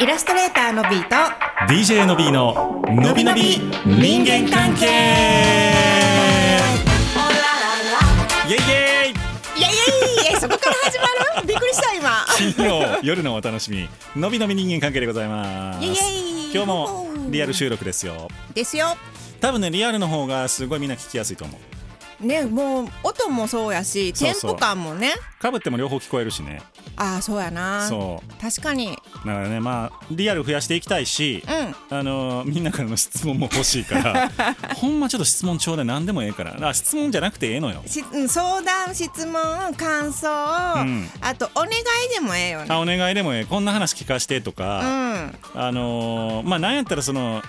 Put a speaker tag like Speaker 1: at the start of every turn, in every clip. Speaker 1: イラストレーターのビーと
Speaker 2: DJ の B ののびのび人間関係イエイイエイ
Speaker 1: いやいやいやそこから始まる びっくりした 今
Speaker 2: 金曜夜のお楽しみのびのび人間関係でございます
Speaker 1: イエイイエイ
Speaker 2: 今日もリアル収録ですよ
Speaker 1: ですよ
Speaker 2: 多分ねリアルの方がすごいみんな聞きやすいと思う
Speaker 1: ねもう音もそうやし
Speaker 2: そ
Speaker 1: テ
Speaker 2: う
Speaker 1: ン
Speaker 2: そう
Speaker 1: ポ感もね
Speaker 2: かぶっても両方聞こえるしね
Speaker 1: ああそうやな
Speaker 2: そう
Speaker 1: 確かに
Speaker 2: だからねまあリアル増やしていきたいし、
Speaker 1: う
Speaker 2: あのみんなからの質問も欲しいから ほんまちょっと質問ちょうだい何でもええからあ質問じゃなくてええのよ
Speaker 1: しうん相談質問感想、
Speaker 2: ん
Speaker 1: あとお願いでもええよね
Speaker 2: あお願いでもええこんな話聞かしてとか、あのーまあなんやったらその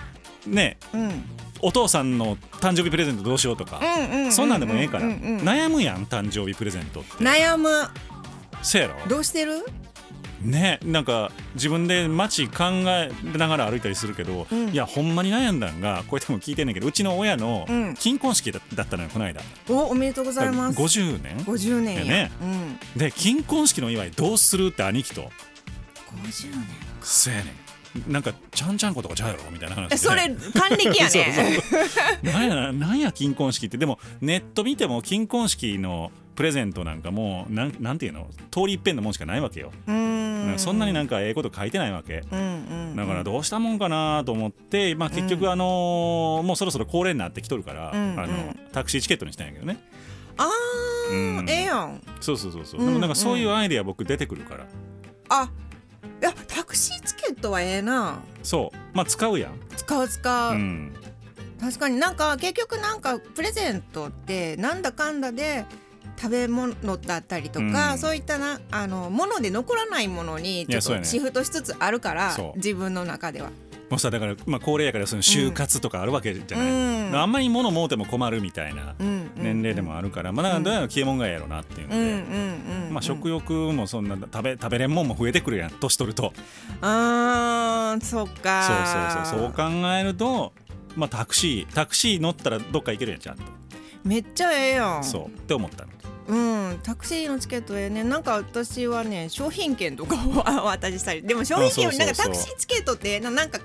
Speaker 2: ね
Speaker 1: うんうん
Speaker 2: お父さんの誕生日プレゼントどうしようとか、
Speaker 1: うんうんうん
Speaker 2: そんなんでもええから、
Speaker 1: うんうんうん
Speaker 2: 悩むやん誕生日プレゼントって
Speaker 1: 悩む
Speaker 2: せやろ
Speaker 1: どうしてる
Speaker 2: ねなんか自分で街考えながら歩いたりするけど、
Speaker 1: ん
Speaker 2: いやほんまに悩んだんがこうやっても聞いてんねんけどうちの親の
Speaker 1: うん
Speaker 2: 金婚式だだったのよこの間
Speaker 1: おおめでとうございます
Speaker 2: 50年
Speaker 1: 50年や、
Speaker 2: ね
Speaker 1: うん
Speaker 2: で金婚式の祝いどうするって兄貴と
Speaker 1: 50年
Speaker 2: せやねんなんかちゃんちゃんことかちゃうやろみたいな話で
Speaker 1: えそれ還暦や
Speaker 2: そうそう
Speaker 1: ね
Speaker 2: なんや ななんや金婚式ってでもネット見ても金婚式のプレゼントなんかもうなんなんていうの通り一遍のもんしかないわけよ、
Speaker 1: うーん
Speaker 2: そんなになんかええこと書いてないわけ、
Speaker 1: うんうん
Speaker 2: だからどうしたもんかなと思って、まあ、結局あのーもうそろそろ高齢になってきとるから、
Speaker 1: うんうん
Speaker 2: あのタクシーチケットにしたんやけどね
Speaker 1: あー、
Speaker 2: うん
Speaker 1: ええやん
Speaker 2: そうそうそうそう、
Speaker 1: うんうん
Speaker 2: でもなんかそういうアイデア僕出てくるから
Speaker 1: あいやタクシーチケットはええな
Speaker 2: そうまあ使うやん、
Speaker 1: 使う使う、
Speaker 2: うん、
Speaker 1: 確かになんか結局なんかプレゼントってなんだかんだで食べ物だったりとか、
Speaker 2: うん
Speaker 1: そういったなあのもので残らないものに
Speaker 2: い
Speaker 1: ちょ
Speaker 2: や
Speaker 1: っ
Speaker 2: そうや
Speaker 1: と
Speaker 2: ね
Speaker 1: シフトしつつあるから、
Speaker 2: そう
Speaker 1: 自分の中では
Speaker 2: もうさだから、まあ、高齢やからその就活とかあるわけじゃない、
Speaker 1: うん
Speaker 2: あんまり物もうても困るみたいな
Speaker 1: うんうんうん
Speaker 2: 年齢でもあるから、まあ、だからどうやら消えもんがええやろなっていうの
Speaker 1: う
Speaker 2: で、
Speaker 1: んうんうんうん
Speaker 2: まあ、食欲もそんな食べ食べれんもんも増えてくるやん年取ると
Speaker 1: あーそっ
Speaker 2: そう
Speaker 1: か
Speaker 2: そうそうそう考えると、まあ、タクシータクシー乗ったらどっか行けるやんちゃんと、
Speaker 1: めっちゃええやん
Speaker 2: そうって思ったの
Speaker 1: うん、タクシーのチケットええねなんか私はね商品券とかをあお渡ししたりでも商品券より
Speaker 2: あそ
Speaker 1: な
Speaker 2: うん
Speaker 1: かタク
Speaker 2: そうそう
Speaker 1: シーチケットってななんかん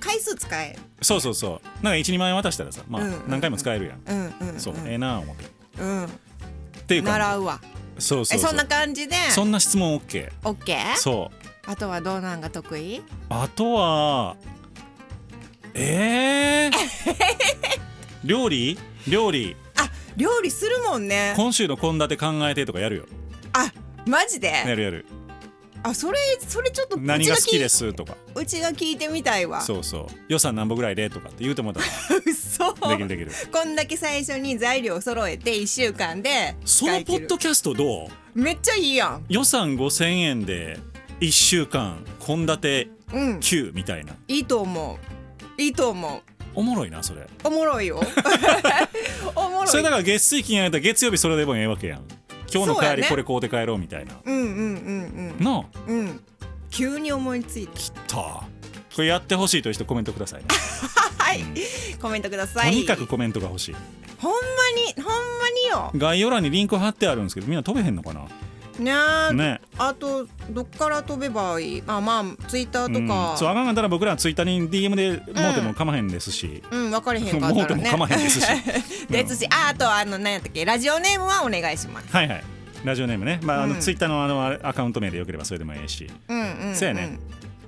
Speaker 1: 回数使え
Speaker 2: そうそうそうなんか12万円渡したらさ、まあ
Speaker 1: うんうんうん
Speaker 2: 何回も使えるやん、
Speaker 1: うんうん、うん、
Speaker 2: そうええなあ思ってっ
Speaker 1: うん
Speaker 2: ていうか
Speaker 1: 習うわ
Speaker 2: そうそ
Speaker 1: え
Speaker 2: うそう
Speaker 1: そんな感じで
Speaker 2: そんな質問 OK
Speaker 1: オッケー
Speaker 2: そう
Speaker 1: あとはどうなんが得意
Speaker 2: あとはええ 料理料理
Speaker 1: あ料理するもんね
Speaker 2: 今週の献立考えてとかやるよ
Speaker 1: あマジで、
Speaker 2: やるやる
Speaker 1: あそれそれちょっとうち
Speaker 2: 何が好きですすとか
Speaker 1: うちが聞いてみたいわ
Speaker 2: そうそう予算何本ぐらいでとかって言うてもら った
Speaker 1: 嘘
Speaker 2: らできるできる
Speaker 1: こんだけ最初に材料揃えて一週間で
Speaker 2: その
Speaker 1: 使い
Speaker 2: ポ
Speaker 1: 切
Speaker 2: ッ
Speaker 1: る
Speaker 2: ドキャストどう
Speaker 1: めっちゃいいやん
Speaker 2: 予算5000円で1週間献立
Speaker 1: うん
Speaker 2: 9みたいない
Speaker 1: いと思ういいと思う
Speaker 2: おもろいなそれ
Speaker 1: おもろ いよおもろい
Speaker 2: それだから月水金やったら月曜日それでもええわけやん今日の
Speaker 1: そうや
Speaker 2: 帰り
Speaker 1: ね
Speaker 2: これ買うて帰ろうみたいな、
Speaker 1: うんうんうん
Speaker 2: なあ
Speaker 1: うんうん急に思いついて
Speaker 2: きたこれやってほしいという人コメントくださいね
Speaker 1: はいコメントくださ
Speaker 2: と
Speaker 1: い
Speaker 2: にかくコメントが欲しい
Speaker 1: ほんまにほんまによ
Speaker 2: 概要欄にリンク貼ってあるんですけどみんな飛べへんのかな
Speaker 1: ねあ
Speaker 2: ね
Speaker 1: あとどっから飛べばいいあまあツイッター
Speaker 2: うん
Speaker 1: と
Speaker 2: そうあ
Speaker 1: か
Speaker 2: かんかったら僕らツイッターに DM でもうてもかまへんですし、
Speaker 1: うん分かれへんかっ
Speaker 2: も
Speaker 1: たら
Speaker 2: うても
Speaker 1: ね
Speaker 2: かまへん ですし うん
Speaker 1: ですしああとあの何やったっけラジオネームはお願いします
Speaker 2: はいはいラジオネームね、まああの
Speaker 1: うん
Speaker 2: ツイッターのあのアカウント名でよければそれでもいいし、
Speaker 1: うんうんん
Speaker 2: そうやね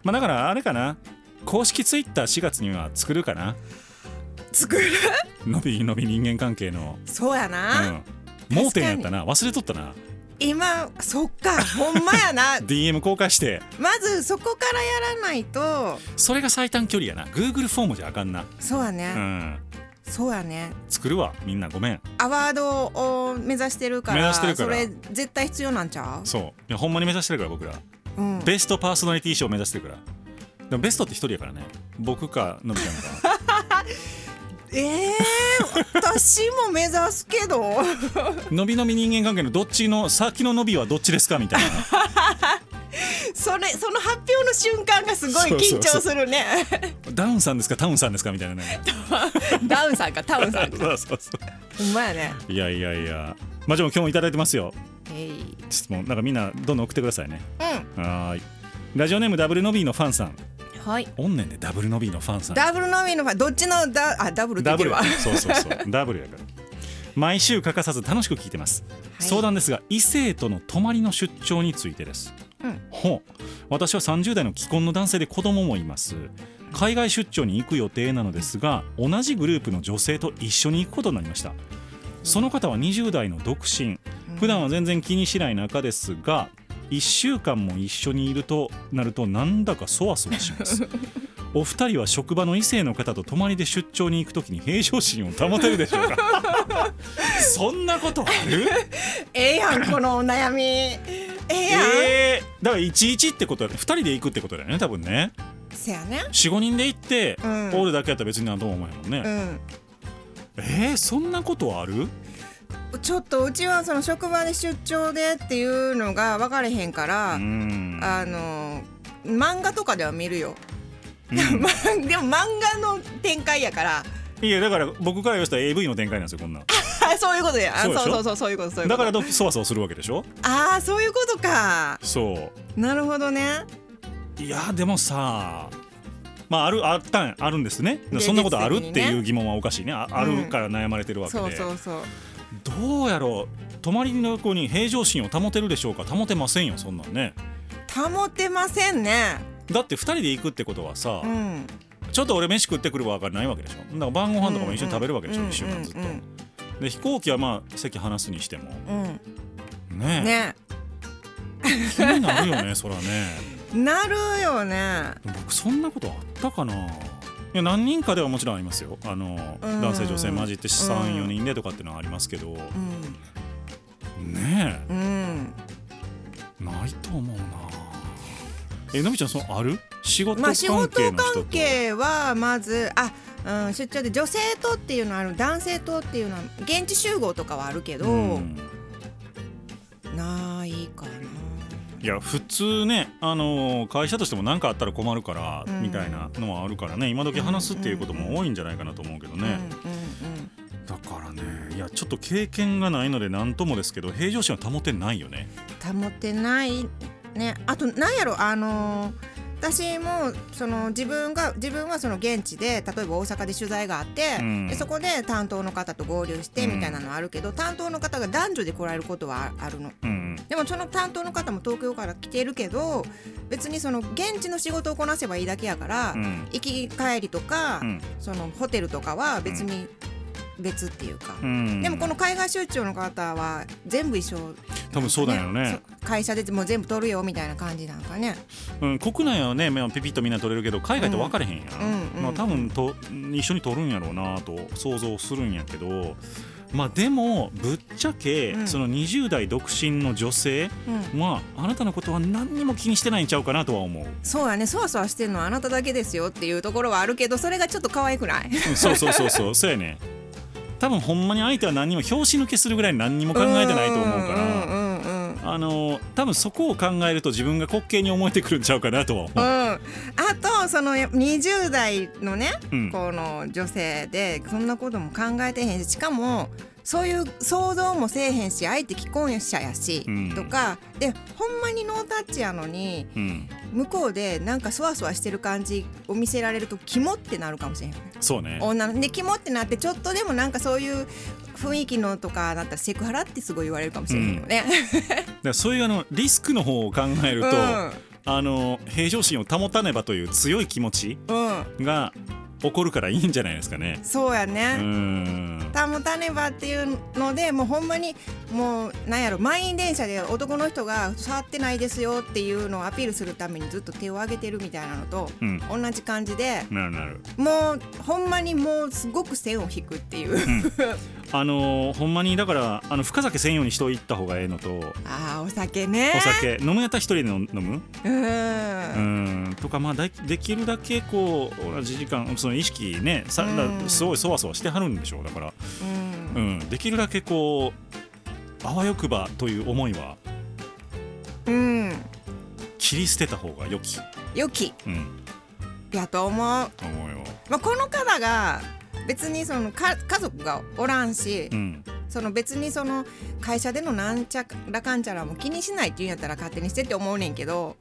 Speaker 2: まあ、だからあれかな公式ツイッター4月には作るかな
Speaker 1: 作る
Speaker 2: のびのび人間関係の、
Speaker 1: そうや
Speaker 2: う
Speaker 1: な、
Speaker 2: ん、盲点やったな忘れとったな
Speaker 1: 今そっかほんまやな
Speaker 2: DM 公開して
Speaker 1: まずそこからやらないと
Speaker 2: それが最短距離やな Google フォームじゃあかんな、
Speaker 1: そうや
Speaker 2: う
Speaker 1: ね、
Speaker 2: ん、
Speaker 1: そうやね
Speaker 2: 作るわみんなごめん
Speaker 1: アワードを目指してるから
Speaker 2: 目指してるから
Speaker 1: それ絶対必要なんちゃ
Speaker 2: そういやほんまに目指してるから僕ら
Speaker 1: う、うん、
Speaker 2: ベストパーソナリティ賞目指してるからでもベストって一人やからね僕かのびちゃんか
Speaker 1: えー、 私も目指すけど
Speaker 2: のびのび人間関係のどっちの先ののびはどっちですかみたいな
Speaker 1: それその発表の瞬間がすごい緊張するね
Speaker 2: ダウンさんですかタウンさんですかみたいなね。
Speaker 1: ダウンさんかタウン さんか
Speaker 2: そうそうそ
Speaker 1: ほんまやね
Speaker 2: う。いやいやいや。まあでも今日もいただいてますよ。
Speaker 1: えい
Speaker 2: 質問なんかみんなどんどん送ってくださいね。
Speaker 1: うん
Speaker 2: はーい。ラジオネームダブルノビーのファンさん。
Speaker 1: はい
Speaker 2: おんねんでダブルの B のファンさん
Speaker 1: ダブルのみのファンどっちのダあダブルって言っ
Speaker 2: ダ
Speaker 1: て
Speaker 2: ブル
Speaker 1: る
Speaker 2: や
Speaker 1: わ
Speaker 2: からそうそうそうダブルやから毎週欠かさず楽しく聞いてます、
Speaker 1: い
Speaker 2: 相談ですが異性との泊まりの出張についてです、
Speaker 1: うん
Speaker 2: ほう私は30代の既婚の男性で子供もいます海外出張に行く予定なのですが同じグループの女性と一緒に行くことになりましたその方は20代の独身普段は全然気にしない中ですが1週間も一緒にいるとなるとなんだかそわそわします お二人は職場の異性の方と泊まりで出張に行くときに平常心を保てるでしょうかそんなことあ る
Speaker 1: ええやんこのお悩みええやん、
Speaker 2: えー、だから11ってことだね2人で行くってことだよね多分ね
Speaker 1: せやね
Speaker 2: 45人で行って、
Speaker 1: う
Speaker 2: オ
Speaker 1: ん
Speaker 2: ールだけやったら別になんとも思えへんもん
Speaker 1: う
Speaker 2: ね、
Speaker 1: ん
Speaker 2: えー、そんなことある
Speaker 1: ちょっとうちはその職場で出張でっていうのが分かれへんから、
Speaker 2: うん
Speaker 1: あの漫画とかでは見るよ、
Speaker 2: う
Speaker 1: までも漫画の展開やから
Speaker 2: いやだから僕から言わせたら AV の展開なんですよこんなん
Speaker 1: あそういうことやあ
Speaker 2: そうでしょ
Speaker 1: そうそうそうそういうことそういうこと
Speaker 2: だからどそわそわするわけでしょ
Speaker 1: ああそういうことか
Speaker 2: そう
Speaker 1: なるほどね
Speaker 2: いやでもさまああるあったんあるんですね
Speaker 1: 現実的にね
Speaker 2: そんなことあるっていう疑問はおかしいねああ
Speaker 1: うん
Speaker 2: るから悩まれてるわけで、
Speaker 1: そうそうそう
Speaker 2: どうやろう泊まりの子に平常心を保てるでしょうか保てませんよそんなんね
Speaker 1: 保てませんね
Speaker 2: だって2人で行くってことはさ、
Speaker 1: うん
Speaker 2: ちょっと俺飯食ってくるわがないわけでしょだから晩ご飯とかも一緒に食べるわけでしょ、
Speaker 1: うんうん
Speaker 2: 1週間ずっと、
Speaker 1: うんうん
Speaker 2: で飛行機はまあ席離すにしても
Speaker 1: うん
Speaker 2: ね
Speaker 1: ね
Speaker 2: 気になるよね そらね
Speaker 1: なるよね
Speaker 2: でも僕そんなことあったかないや何人かではもちろんありますよあの、
Speaker 1: うん
Speaker 2: 男性女性混じって
Speaker 1: う
Speaker 2: 34
Speaker 1: ん
Speaker 2: 人でとかっていうのはありますけど、
Speaker 1: うん
Speaker 2: ね
Speaker 1: うん
Speaker 2: えないと思うなえのみちゃんそのある仕事
Speaker 1: ま
Speaker 2: 関
Speaker 1: あ仕事
Speaker 2: 係の人と、
Speaker 1: 関係はまずあうん、出張で女性とっていうのはある男性とっていうのは現地集合とかはあるけど、
Speaker 2: うん
Speaker 1: ないか
Speaker 2: いや普通ね、あのー会社としても何かあったら困るから、
Speaker 1: うん
Speaker 2: みたいなのはあるからね今時話すっていうことも多いんじゃないかなと思うけど
Speaker 1: な。
Speaker 2: ね、
Speaker 1: うんうんうん
Speaker 2: だからねいやちょっと経験がないので何ともですけど平常心は保てないよね
Speaker 1: 保てないねあとなんやろあのー私もその自分が自分はその現地で例えば大阪で取材があって、
Speaker 2: うん
Speaker 1: でそこで担当の方と合流してみたいなのはあるけど、担当の方が男女で来られることはああるの
Speaker 2: うん
Speaker 1: でもその担当の方も東京から来てるけど別にその現地の仕事をこなせばいいだけやから、
Speaker 2: うん
Speaker 1: 行き帰りとか、
Speaker 2: うん
Speaker 1: そのホテルとかは別に別っていうか、
Speaker 2: うん
Speaker 1: でもこの海外出張の方は全部一緒
Speaker 2: 多分そうだよね
Speaker 1: そう会社でもう全部取るよみたいな感じなんかね
Speaker 2: うん、国内はねまあピピッとみんな取れるけど海外って分かれへんやん、
Speaker 1: うんうん
Speaker 2: まあ、多分と一緒に取るんやろうなと想像するんやけどまあでもぶっちゃけ、
Speaker 1: うん
Speaker 2: その20代独身の女性
Speaker 1: うん
Speaker 2: はあなたのことは何にも気にしてないんちゃうかなとは思う
Speaker 1: そうやねそわそわしてるのはあなただけですよっていうところはあるけどそれがちょっと可愛くない
Speaker 2: うんそうそうそ うそうそうやね多分ほんまに相手は何にも拍子抜けするぐらい何にも考えてないと思うか
Speaker 1: う
Speaker 2: ら
Speaker 1: んうんうん
Speaker 2: あの多分そこを考えると自分が滑稽に思えてくるんちゃうかなとは思
Speaker 1: うん、
Speaker 2: う、
Speaker 1: あとその20代のね
Speaker 2: うん
Speaker 1: この女性でそんなことも考えてへんししかもそういう想像もせえへんし相手既婚者やし、
Speaker 2: うん
Speaker 1: とかでほんまにノータッチやのに
Speaker 2: うん、
Speaker 1: 向こうでなんかそわそわしてる感じを見せられるとキモってなるかもしれへんよね
Speaker 2: そうね
Speaker 1: 女のでキモってなってちょっとでもなんかそういう雰囲気のとかだったらセクハラってすごい言われるかもしれないよね。
Speaker 2: だからそういうあのリスクの方を考える
Speaker 1: う
Speaker 2: と、
Speaker 1: ん
Speaker 2: あの平常心を保たねばという強い気持ち
Speaker 1: うん、
Speaker 2: が起こるからいいんじゃないですかね。
Speaker 1: そうや
Speaker 2: うー
Speaker 1: ね、
Speaker 2: ん
Speaker 1: 保たねばっていうのでもうほんまにもうなんやろ満員電車で男の人が触ってないですよっていうのをアピールするためにずっと手を挙げてるみたいなのと
Speaker 2: うん
Speaker 1: 同じ感じで
Speaker 2: なるなる、
Speaker 1: もうほんまにもうすごく線を引くっていう、
Speaker 2: うんあのほんまにだからあの深酒専用にしておいた方がええのと
Speaker 1: ああお酒ね
Speaker 2: お酒飲むやったら一人で飲む
Speaker 1: うん
Speaker 2: うーんとかまあだいできるだけこう同じ時間その意識ねさだ
Speaker 1: うん
Speaker 2: すごいそわそわしてはるんでしょうだから、
Speaker 1: うん
Speaker 2: うん、できるだけこうあわよくばという思いは
Speaker 1: うん、
Speaker 2: 切り捨てた方が良き、
Speaker 1: 良き
Speaker 2: うん、
Speaker 1: やと思う。
Speaker 2: と思うよ。
Speaker 1: まあ、この方が別にそのか家族がおらんし、
Speaker 2: うん
Speaker 1: その別にその会社でのなんちゃらかんちゃらも気にしないって言うんやったら勝手にしてって思うねんけど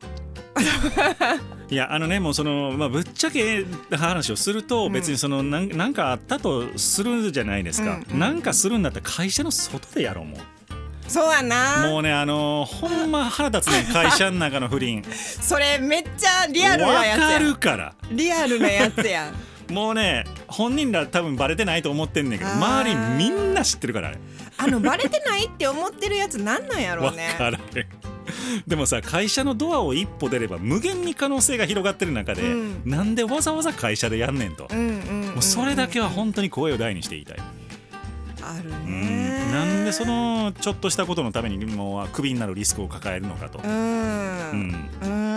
Speaker 2: いやあのねもうその、まあ、ぶっちゃけ話をすると、
Speaker 1: うん
Speaker 2: 別にそのなんなんかあったとするじゃないですか、
Speaker 1: うんうん
Speaker 2: なんかするんだったら会社の外でやろうもう
Speaker 1: そうやな
Speaker 2: もうねあのほんま腹立つね会社の中の不倫
Speaker 1: それめっちゃ リアルなやつ
Speaker 2: わか
Speaker 1: や
Speaker 2: るから
Speaker 1: リアルなやつや
Speaker 2: もうね本人ら多分バレてないと思ってんねんけど
Speaker 1: あー
Speaker 2: 周りみんな知ってるからあれ
Speaker 1: あのバレてないって思ってるやつなんなんやろ
Speaker 2: わ
Speaker 1: うね
Speaker 2: からへんでもさ会社のドアを一歩出れば無限に可能性が広がってる中で、
Speaker 1: うん
Speaker 2: なんでわざわざ会社でやんねんと、
Speaker 1: うんうんうんうん
Speaker 2: もうそれだけは本当に声を大にして言いたい、
Speaker 1: ある
Speaker 2: う
Speaker 1: ね
Speaker 2: んなんでそのちょっとしたことのためにもうクビになるリスクを抱えるのかと、
Speaker 1: う
Speaker 2: うんん
Speaker 1: うん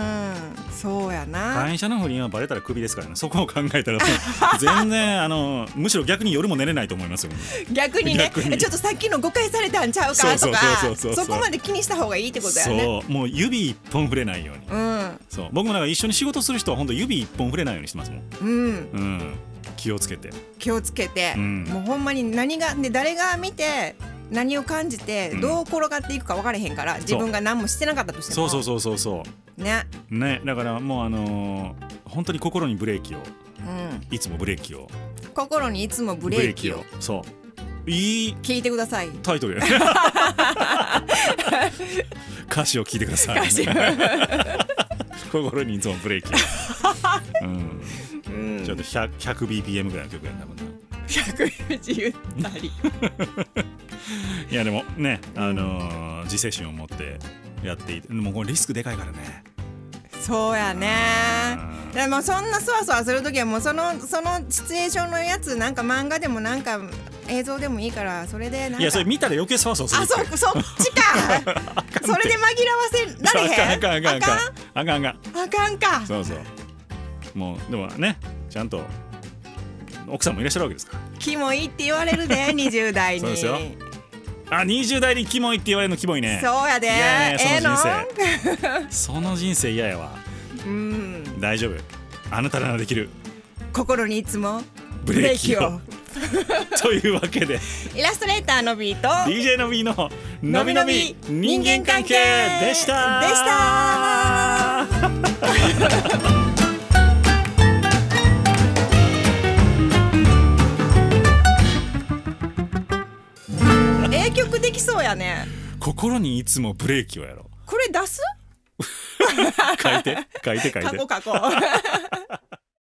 Speaker 1: そうやな
Speaker 2: 会社の不倫はバレたらクビですからねそこを考えたら 全然あのむしろ逆に夜も寝れないと思いますよ
Speaker 1: 逆にね
Speaker 2: 逆に
Speaker 1: ちょっとさっきの誤解されたんちゃうか
Speaker 2: そ
Speaker 1: と
Speaker 2: うそう
Speaker 1: か
Speaker 2: そうそうそう
Speaker 1: そこまで気にした方がいいってことやね
Speaker 2: そうもう指一本触れないように
Speaker 1: うん
Speaker 2: そう僕もなんか一緒に仕事する人は本当指一本触れないようにしてますもん、
Speaker 1: うん
Speaker 2: うん、気をつけて
Speaker 1: 気をつけて、
Speaker 2: うん
Speaker 1: もうほんまに何がで誰が見て何を感じて
Speaker 2: うん
Speaker 1: どう転がっていくか分からへんから、自分が何もしてなかったとして
Speaker 2: そ
Speaker 1: も
Speaker 2: うそうそうそうそ
Speaker 1: ね、
Speaker 2: うねだからもうあのー本当に心にブレーキを
Speaker 1: う
Speaker 2: いつもブレーキを
Speaker 1: ん、心にいつもブレーキを
Speaker 2: そういい
Speaker 1: 聞いてください
Speaker 2: タイト ルやね歌詞を聞いてください
Speaker 1: 歌詞
Speaker 2: 心にいつもブレーキを、うん、
Speaker 1: うん
Speaker 2: ちょっと 100- 100bpm ぐらいの曲やん多分な
Speaker 1: 140った り
Speaker 2: いやでもね、あのー自制心を持ってやっていてもうこれリスクでかいからね
Speaker 1: そうやね
Speaker 2: うん
Speaker 1: でもそんなそわそわする時はもうそのそのシチュエーションのやつなんか漫画でもなんか映像でもいいからそれでなんか
Speaker 2: いやそれ見たら余計そわそわする
Speaker 1: あそそっち かそれで紛らわせられへん
Speaker 2: あかんあかんあかんあかんあかんあかん
Speaker 1: あかんあかんか
Speaker 2: そうそうもうでもねちゃんと奥さんもいらっしゃるわけですか
Speaker 1: キモいって言われるで 20代に
Speaker 2: そうですよらあ20代にキモいって言われるのキモいね
Speaker 1: そうやで
Speaker 2: いやい
Speaker 1: え
Speaker 2: や
Speaker 1: えの
Speaker 2: そのその人生嫌やわ
Speaker 1: うん
Speaker 2: 大丈夫あなたならできる
Speaker 1: 心にいつも
Speaker 2: ブレーキを
Speaker 1: ブレー
Speaker 2: というわけで
Speaker 1: イラストレーターのビート
Speaker 2: DJ のびののびのび人間関係でした
Speaker 1: でした 英曲できそうやね
Speaker 2: 心にいつもブレーキをやろう
Speaker 1: これ出す
Speaker 2: 書いて書いて書い
Speaker 1: 過
Speaker 2: て
Speaker 1: 去過去